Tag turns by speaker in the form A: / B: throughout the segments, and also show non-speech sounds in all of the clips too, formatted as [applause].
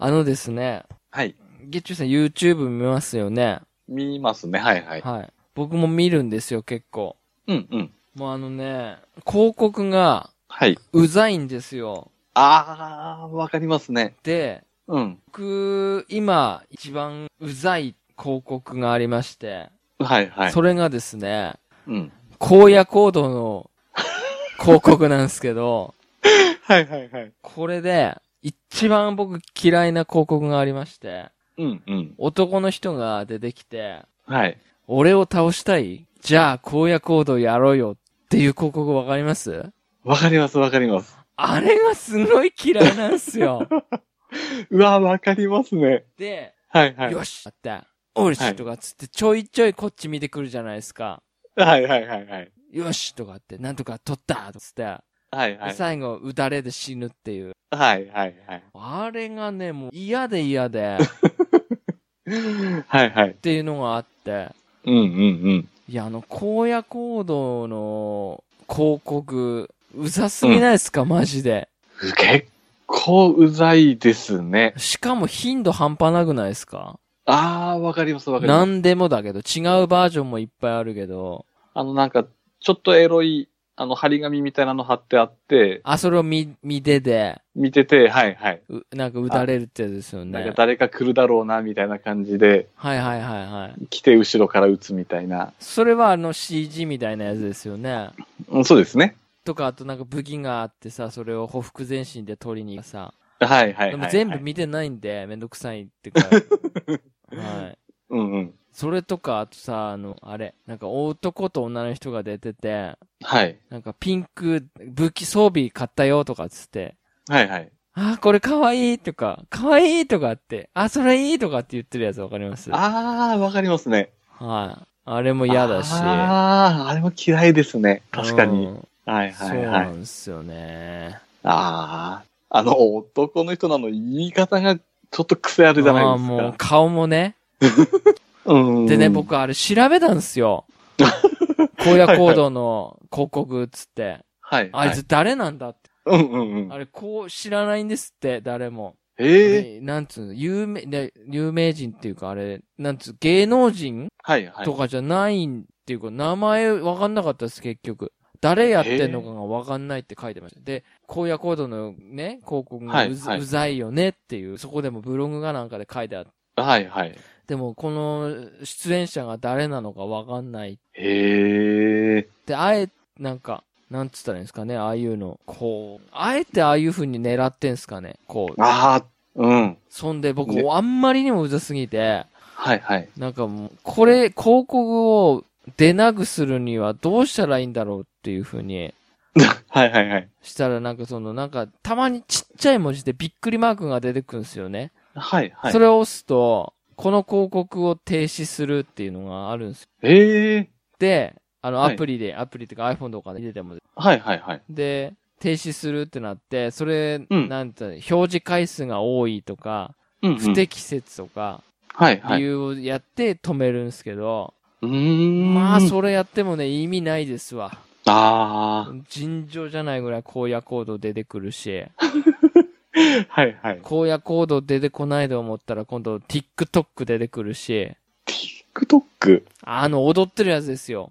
A: のですね、
B: はい。
A: 月中さん YouTube 見ますよね。
B: 見ますね。はいはい。
A: はい。僕も見るんですよ、結構。
B: うんうん。
A: もうあのね、広告が
B: はい。
A: うざいんですよ。
B: あー、わかりますね。
A: で、
B: うん。
A: 僕、今、一番うざい広告がありまして、
B: はいはい。
A: それがですね、
B: うん。
A: 荒野行動の広告なんですけど、 [laughs]
B: はいはいはい。
A: これで、一番僕嫌いな広告がありまして、
B: うんうん。
A: 男の人が出てきて、
B: はい。
A: 俺を倒したいじゃあ、荒野行動やろうよっていう広告わかります
B: わかりますわかります。
A: あれがすごい嫌いなんです
B: [laughs]
A: よ。
B: うわ、わかりますね。
A: で、
B: はいはい。
A: よしって、オルシとかっつってちょいちょいこっち見てくるじゃないですか。
B: はいはいはいはい。
A: よしとかって、なんとか取ったとかっつって、
B: はいはい。
A: 最後、撃たれで死ぬっていう。
B: はいはいはい。
A: あれがね、もう嫌で嫌で、
B: はいはい
A: っ。ていうのがあって、
B: うんうん
A: いや、あの、荒野行動の広告、うざすぎないですか、マジで。
B: うん。結構うざいですね。
A: しかも頻度半端なくないですか
B: あー、わかりますわかります。
A: 何でもだけど、違うバージョンもいっぱいあるけど、
B: あのなんか、ちょっとエロい、あの、張り紙みたいなの貼ってあって、
A: あ、それを見、見てて、
B: 見てて、はいはい。
A: うなんか撃たれるってやつですよ
B: なんか
A: ね。
B: 誰か来るだろうな、みたいな感じで、
A: はいはいはいはい。
B: 来て後ろから撃つみたいな。
A: それはあの CG みたいなやつですよね。
B: うん、そうですね。
A: とか、あとなんか武器があってさ、それをほふく前進で取りにさ。
B: はいはいはい、はい。
A: でも全部見てないんで、めんどくさいってか。
B: [laughs]
A: はい。
B: うんうん。
A: それとか、あとさ、あの、あれ、なんか男と女の人が出てて、
B: はい。
A: なんかピンク武器装備買ったよとかっつって、
B: はいはい。
A: あー、これかわいいとか、かわいいとかって、あー、それいいとかって言ってるやつわかりますはい。
B: あー、わかりますね。
A: あれも嫌だし。
B: あー、あれも嫌いですね。確か
A: う
B: に。
A: ん
B: はい
A: そう
B: はいは。
A: ないんですよね。
B: あー。あの、男の人なの言い方がちょっと癖あるじゃない
A: あー
B: です
A: もう
B: か。
A: 顔もね。
B: うんうん。
A: でね、。僕あれ調べたんです
B: [laughs]
A: よ。荒野行動の広告っつって。
B: はい、は
A: あ
B: い。
A: いつ誰なんだって。
B: うんうんうん。
A: あれこう知らないんですって、誰も。
B: え
A: で
B: え
A: なんつうの、有名、で有名人っていうかあれ、なんつう、芸能人
B: はいはい
A: と。かじゃないっていうか、名前わかんなかったです、結局。誰やってんのかがわかんないって書いてました。で、荒野行動のね、広告がう,、
B: はいはいう
A: ざいよねっていう、そこでもブログがなんかで書いてあって。
B: はいはい。
A: でも、この出演者が誰なのかわかんない
B: へえ。
A: で、あえ、なんか、なんつったらいいんですかね、ああいうの。こう、あえてああいう風に狙ってんすかね、こう。
B: ああ、うん。
A: そんで僕、
B: ね
A: あんまりにもうざすぎて、
B: はいはい。 [laughs]
A: なんかもう、これ、広告を出なくするにはどうしたらいいんだろうっていう風に
B: はいはいはい。
A: したら、なんかその、なんか、たまにちっちゃい文字でびっくりマークが出てくるんですよね。
B: はいはい
A: そ。れを押すと、この広告を停止するっていうのがあるんですよ。
B: ええ。
A: で、あの、
B: はい
A: アプリで、アプリっていうか iPhone とかで入れても
B: はいはいはい。
A: で、停止するってなって、それ、
B: うん
A: なんて、表示回数が多いとか、
B: うん、うん。
A: 不適切とか、
B: はいは
A: 理
B: い。
A: 由をやって止めるんですけど、
B: うーん。
A: まあ、それやってもね、意味ないですわ。
B: あ
A: 尋常じゃないぐらい荒野行動出てくるし、
B: あ。はいはい。
A: 荒野行動出てこないと思ったら今度 TikTok 出てくるし、
B: TikTok。
A: あの、踊ってるやつですよ。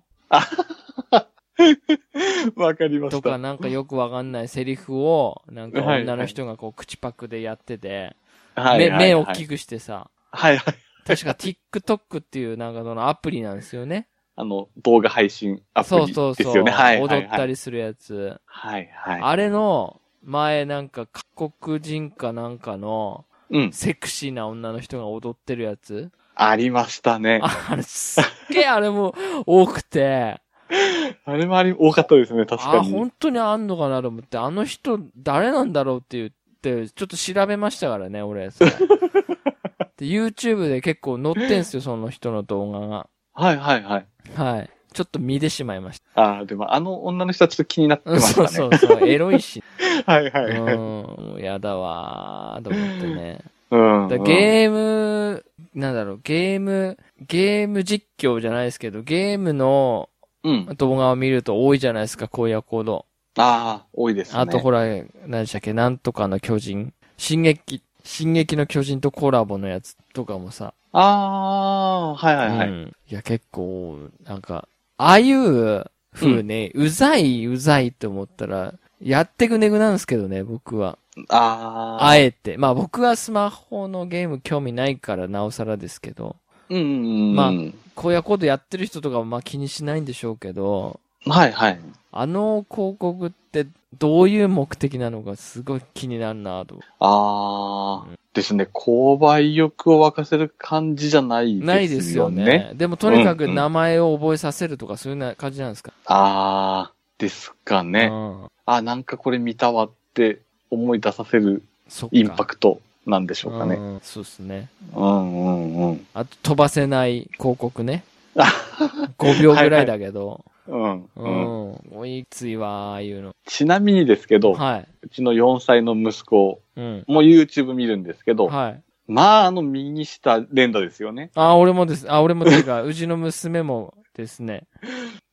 B: わかりま
A: と
B: し
A: か、
B: た。
A: なんかよくわかんないセリフを、なんか
B: はい
A: 女の人がこう、口パクでやってて、
B: は
A: 目、目
B: を
A: 大きくしてさ、
B: はいはい。
A: 確か TikTok っていうなんかそのアプリなんですよね。
B: あの、動画配信アプ
A: そう
B: リ
A: そう
B: です
A: そう。
B: よね。はいはいはい。
A: 踊ったりするやつ。
B: はいはい。
A: あれの、前なんか韓国人かなんかの
B: うん。
A: セクシーな女の人が踊ってるやつ。
B: ありましたね。
A: ああれすっげえあれも多くて、
B: あれもあり、多かったですね、確か
A: あ、
B: に。
A: 本当にあんのかなと思って、あの人誰なんだろうって言って、ちょっと調べましたからね、俺。
B: [laughs]
A: それで YouTube で結構載ってんすよ、その人の動画が。
B: はいはいはい。
A: はい。ちょっと見てしまいました。
B: ああ、でもあの女の人はちょっと気になってました
A: そう
B: ね。
A: そう
B: [laughs]
A: そう、エロいし。
B: はいは
A: う
B: いはい。
A: ん、もうやだわーと思ってね。
B: うん。
A: だゲーム、なんだろう、ゲーム、ゲーム実況じゃないですけど、ゲームの
B: うん。
A: 動画を見ると多いじゃないですか、荒野行動。
B: ああ、多いですね。
A: あとほら、何でしたっけ、なんとかの巨人。進撃、進撃の巨人とコラボのやつとかもさ。
B: ああー、はいはいはい。
A: うんいや、結構、なんか、ああいう風ね、うざい、うざいって思ったら、やってくねぐなんですけどね、僕は。
B: ああ。
A: あえて。まあ僕はスマホのゲーム興味ないからなおさらですけど、
B: うんうんうん。
A: まこういうことやってる人とかはまあ気にしないんでしょうけど、
B: はいはい。
A: あの広告ってどういう目的なのかすごい気になるなと。
B: ああ、
A: うん
B: ですね。購買意欲を沸かせる感じじゃないですよね。
A: ないですよね。でもとにかく
B: うんうん
A: 名前を覚えさせるとかそういうな感じなんですか
B: ああ、ですかね。
A: うん
B: あ、なんかこれ見たわって思い出させる
A: そっか。
B: インパクトなんでしょうかね。
A: うんそうですね。
B: うんうんうん。
A: あと飛ばせない広告ね。5秒ぐらいだけど。
B: [laughs] うんうん
A: うん。おいついわ、ああいうの。
B: ちなみにですけど、
A: はい。
B: うちの4歳の息子
A: うん。
B: も YouTube 見るんですけど、
A: はい。
B: まああの右下連打ですよね。
A: あ、俺もです。あ、俺もって
B: [laughs]
A: いうか、うちの娘もですね。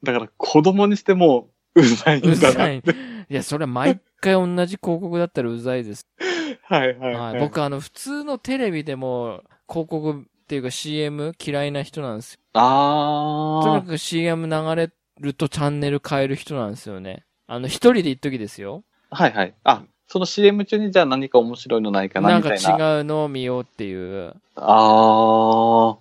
B: だから子供にしてもうざいん
A: う
B: だ
A: ざ
B: な。
A: い。いや、それ毎回同じ広告だったらうざいです。
B: [laughs] はいはい、は。
A: はいい。僕、あの、普通のテレビでも、広告っていうか CM 嫌いな人なんですよ。とに
B: あ
A: かく CM 流れるとチャンネル変える人なんですよね。あの、一人で一時ですよ。
B: あ、はいはい。あ、その CM 中にじゃあ何か面白いのないかな
A: なん
B: みたい
A: か
B: な。
A: 違うのを見ようっていう。
B: ああ、は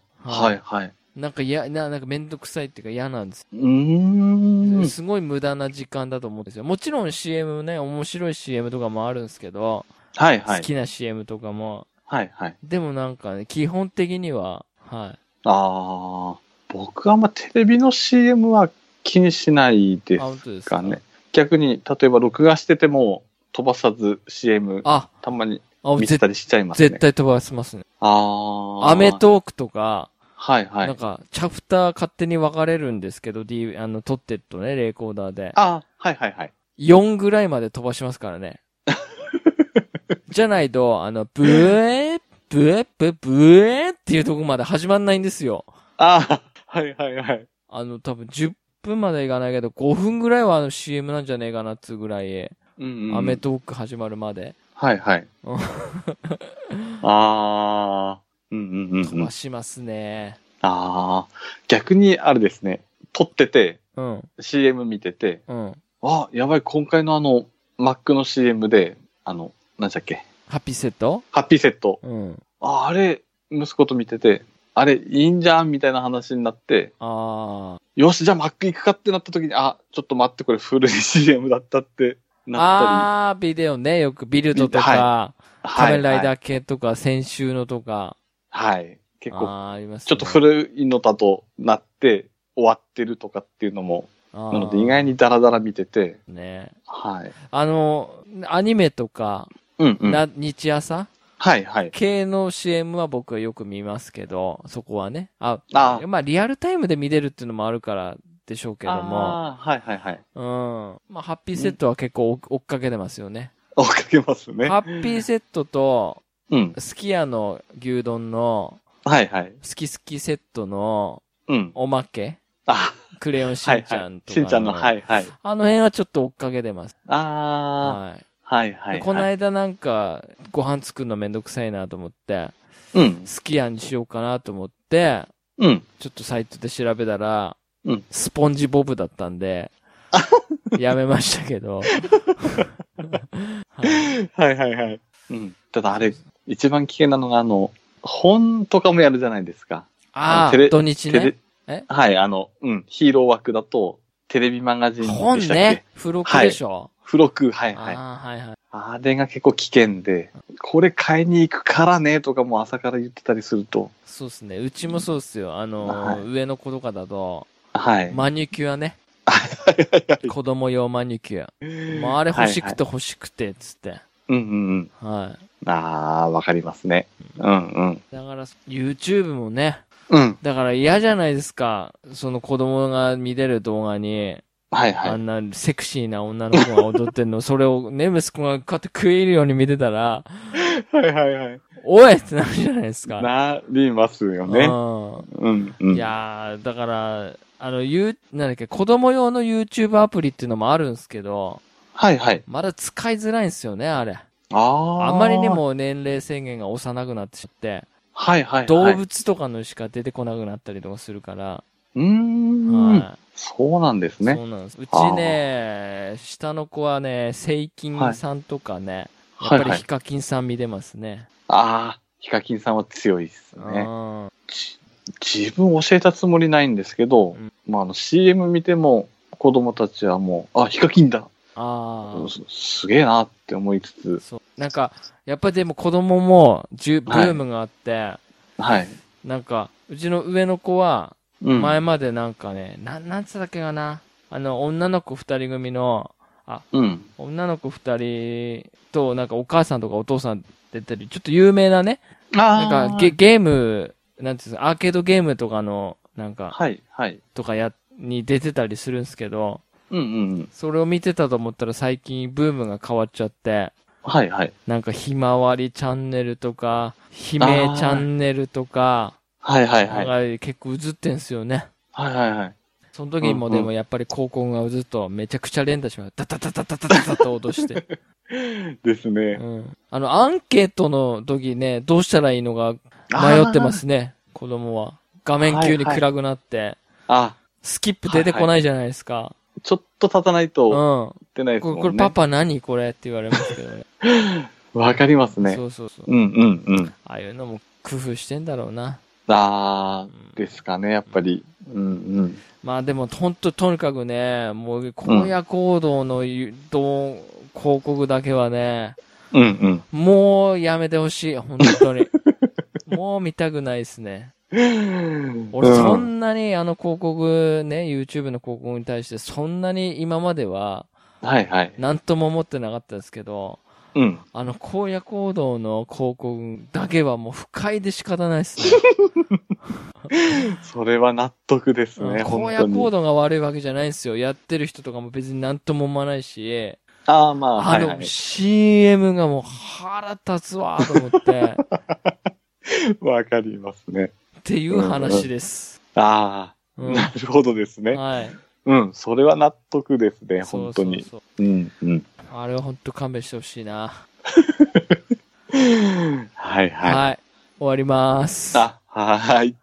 B: いはい。
A: なんか嫌、な、なんかめんどくさいっていうか嫌なんです。
B: うーん。
A: すごい無駄な時間だと思うんですよ。もちろん CM ね、面白い CM とかもあるんですけど、
B: はいは
A: 好
B: い。
A: きな CM とかも。
B: はいはい。
A: でもなんかね、基本的には、は
B: ああ、僕はあんまテレビの CM は気にしない
A: い。
B: で
A: あ、本当です
B: す
A: か
B: かね。。逆に、例えば録画してても飛ばさず CM
A: あ、
B: たまに
A: あ
B: 見て
A: ぜ
B: たりしちゃいますね。
A: 絶対飛ばしますね。
B: ああ。
A: アメ。トークとか、
B: はい
A: な
B: は
A: ん
B: い。
A: か、チャプター勝手に分かれるんですけど、D、あの、撮ってるとね、レコーダーで。
B: あはいはいはい。
A: 4ぐらいまで飛ばしますからね。
B: [laughs]
A: じゃないと、あの、ブエー、ブエー、ブエー、ブエーっていうとこまで始まんないんですよ。
B: ああ、はいはいはい。
A: あの、多分10分までいかないけど、5分ぐらいはあの CM なんじゃねえかなっつうぐらい、
B: うん、うん。
A: アメトーク始まるまで
B: はいはい
A: うん。
B: ああ。うんうんうん
A: 飛
B: うん。
A: ば
B: あ
A: しますね。
B: あー。逆にあれですね。撮ってて、
A: うん、
B: CM 見てて、
A: うん。
B: あ、やばい、今回のあの、Mac の CM で、あの、なんでしたっけ、
A: ハッピーセット
B: ハッピーセット。
A: うん。
B: あ、あれ、息子と見てて、あれ、いいんじゃんみたいな話になって、
A: あ
B: よし、じゃあ Mac 行くかってなった時に、あ、ちょっと待って、これ古い CM だったって
A: あ。
B: なっ
A: ああ、ビデオね、よくビルドと
B: ビ
A: か、
B: たり。
A: 仮面ライ
B: ー。
A: ダー系とか、先週のとか、
B: はい。結構、
A: あーありますね、
B: ちょっと古いのだとなって、終わってるとかっていうのも、
A: な
B: なので意外にダラダラ見てて、
A: ね。
B: はい。
A: あの、アニメとか、
B: うんうん。
A: な日朝
B: はいはい。
A: 系の CM は僕はよく見ますけど、そこはね。あ、
B: あー
A: まあリアルタイムで見れるっていうのもあるからでしょうけども、
B: あーはいはいはい。
A: うん。まあハッピーセットは結構追追っかけてますよね。
B: 追っかけますね。
A: ハッピーセットと、
B: うん。
A: すき家の牛丼の、
B: はいはい。
A: すきすきセットの
B: うん。
A: おまけ、
B: あ、
A: クレヨンし
B: は
A: ん
B: い
A: ちゃ
B: は
A: ん
B: い。
A: とか、
B: しんちゃんの、はいはい。
A: あの辺はちょっと追っかけてます。
B: あ
A: はい。
B: あ、はいはいはい。
A: この間なんか、ご飯作るのめんどくさいなと思って、
B: うん。
A: スキヤにしようかなと思って、
B: うん。
A: ちょっとサイトで調べたら、
B: うん
A: スポンジボブだったん
B: [laughs]
A: で、やめましたけど。はい
B: はいはいはい。うん。ただあれ、一番危険なのが、あの、本とかもやるじゃないですか。
A: あ
B: テレ
A: あ、土日
B: テレ
A: ね。え
B: はい、あの、うん。ヒーロー枠だと、テレビマガジンでしたっ
A: 本
B: け。
A: ね。。付録でしょ。
B: 付録、はいはい。
A: ああ、はいはい。
B: あれが結構危険で、これ買いに行くからね、とかも朝から言ってたりすると、
A: そうですね。うちもそうっすよ。あのー、
B: はい
A: 上の子とかだと、
B: はい。
A: マニキュアね。子供用マニキュア。もうあれ欲しくて欲しくて、つって。
B: [laughs] うんうんうん。
A: は
B: ああ、わかりますね。うんうん。
A: い。だから、YouTube もね、
B: うん。
A: だから嫌じゃないですか。その子供が見れる動画に、
B: はい
A: あ
B: はい。
A: んなセクシーな女の子が踊ってんの、そ [laughs] れをね、息子がこうやって食い入るように見てたら、
B: はいはいはい。
A: おいってなるじゃないですか。
B: [laughs] なりますよね。うんう。
A: うんん。いやー、だから、あの、ゆう、なんだっけ、子供用の YouTube アプリっていうのもあるんですけど、
B: はいはい。
A: まだ使いづらいんですよね、あれ。
B: ああ。
A: あんまりに。も年齢制限が幼くなってしまって、
B: はいはいはい。
A: 動
B: う
A: 物とかのしか出てこなくなったりとかするから、
B: ーん、
A: は
B: そうなんです
A: い。
B: ね。
A: そうなんです。うちね、下の子はね、セイキンさんとかね、やっ
B: はい
A: ぱり
B: はい
A: ヒ。カキンさん見てますね。
B: ああ、ヒカキンさんは強いです
A: う
B: ね。
A: ん
B: じ自分教えたつもりないんですけど、
A: うん
B: まあ、あの CM 見ても子供たちはもう、あ、ヒカキンだ
A: ああ。
B: すすげえなって思いつつ、
A: そう。なんか、やっぱりでも子供も、じゅブ
B: はい
A: ームがあって、
B: はい。
A: なんか、うちの上の子は、
B: うん、
A: 前までなんかね、なん、なんつったっけかな。あの、女の子二人組の、
B: うん。
A: 女の子二人と、なんかお母さんとかお父さん出てる、ちょっと有名なね、
B: あ
A: なんかゲゲーム、なんていうんですか、アーケードゲームとかの、なんか、
B: はい、はい。
A: とかや、に出てたりするんですけど、
B: うんうんうん。
A: それを見てたと思ったら最近ブームが変わっちゃって、
B: はい、はい。
A: なんかひまわりチャンネルとか、姫チャンネルとか、
B: はい、はい、はい。はい、
A: なんか結構映ってんすよね。
B: はい、はい。
A: その時にも
B: うんうん
A: でもやっぱり高校がずっとめちゃくちゃ連打しました。ダダダダダダダダと脅して。
B: ですね。。
A: うん。あの、アンケートの時ね、どうしたらいいのが迷ってますすね、子供は。画面急に暗くなって、
B: あ、
A: スキップ出てこないじゃないですか。
B: ちょっと経たないと
A: うん。
B: 出ないですも
A: こ
B: ん
A: れ、
B: ね。
A: これパパ何これって言われますけどね。
B: わかります [laughs] ね。
A: そうそうそう。
B: うんうんうん。
A: ああいうのも工夫してんだろうな。
B: あ
A: うん
B: ーですかね、やっぱり。うんうん。
A: まあでも、ほんと、とにかくね、もう、荒野行動の誘導、広告だけはね、
B: うんうん。
A: もうやめてほしい、本当
B: [laughs]
A: に。もう見たくないですね。俺、
B: う
A: そんなにあの広告ね、YouTube の広告に対して、そんなに今までは、
B: はいはい。
A: なんとも思ってなかったですけど、
B: うん。
A: あの、荒野行動の広告だけはもう不快で仕方ないですね。
B: それは納得です
A: うん
B: ね、本
A: 荒
B: 当
A: 野行
B: に。
A: 動が悪いわけじゃないんですよ。やってる人とかも別になんとも思わないし、
B: ああ、まあ、は
A: あ
B: いは
A: の、
B: い。
A: CM がもう腹立つわと思
B: [laughs]
A: って、っ
B: わかりますね。
A: ていう話です。
B: ああ、
A: うん。
B: なるほどですね。
A: はい。
B: うん、それは納得ですね、
A: そう
B: 本当に。
A: そう
B: うんうん。
A: そうあれは本当勘弁してほしいな。
B: はいはい。
A: はい。終わります。
B: あ、はーい。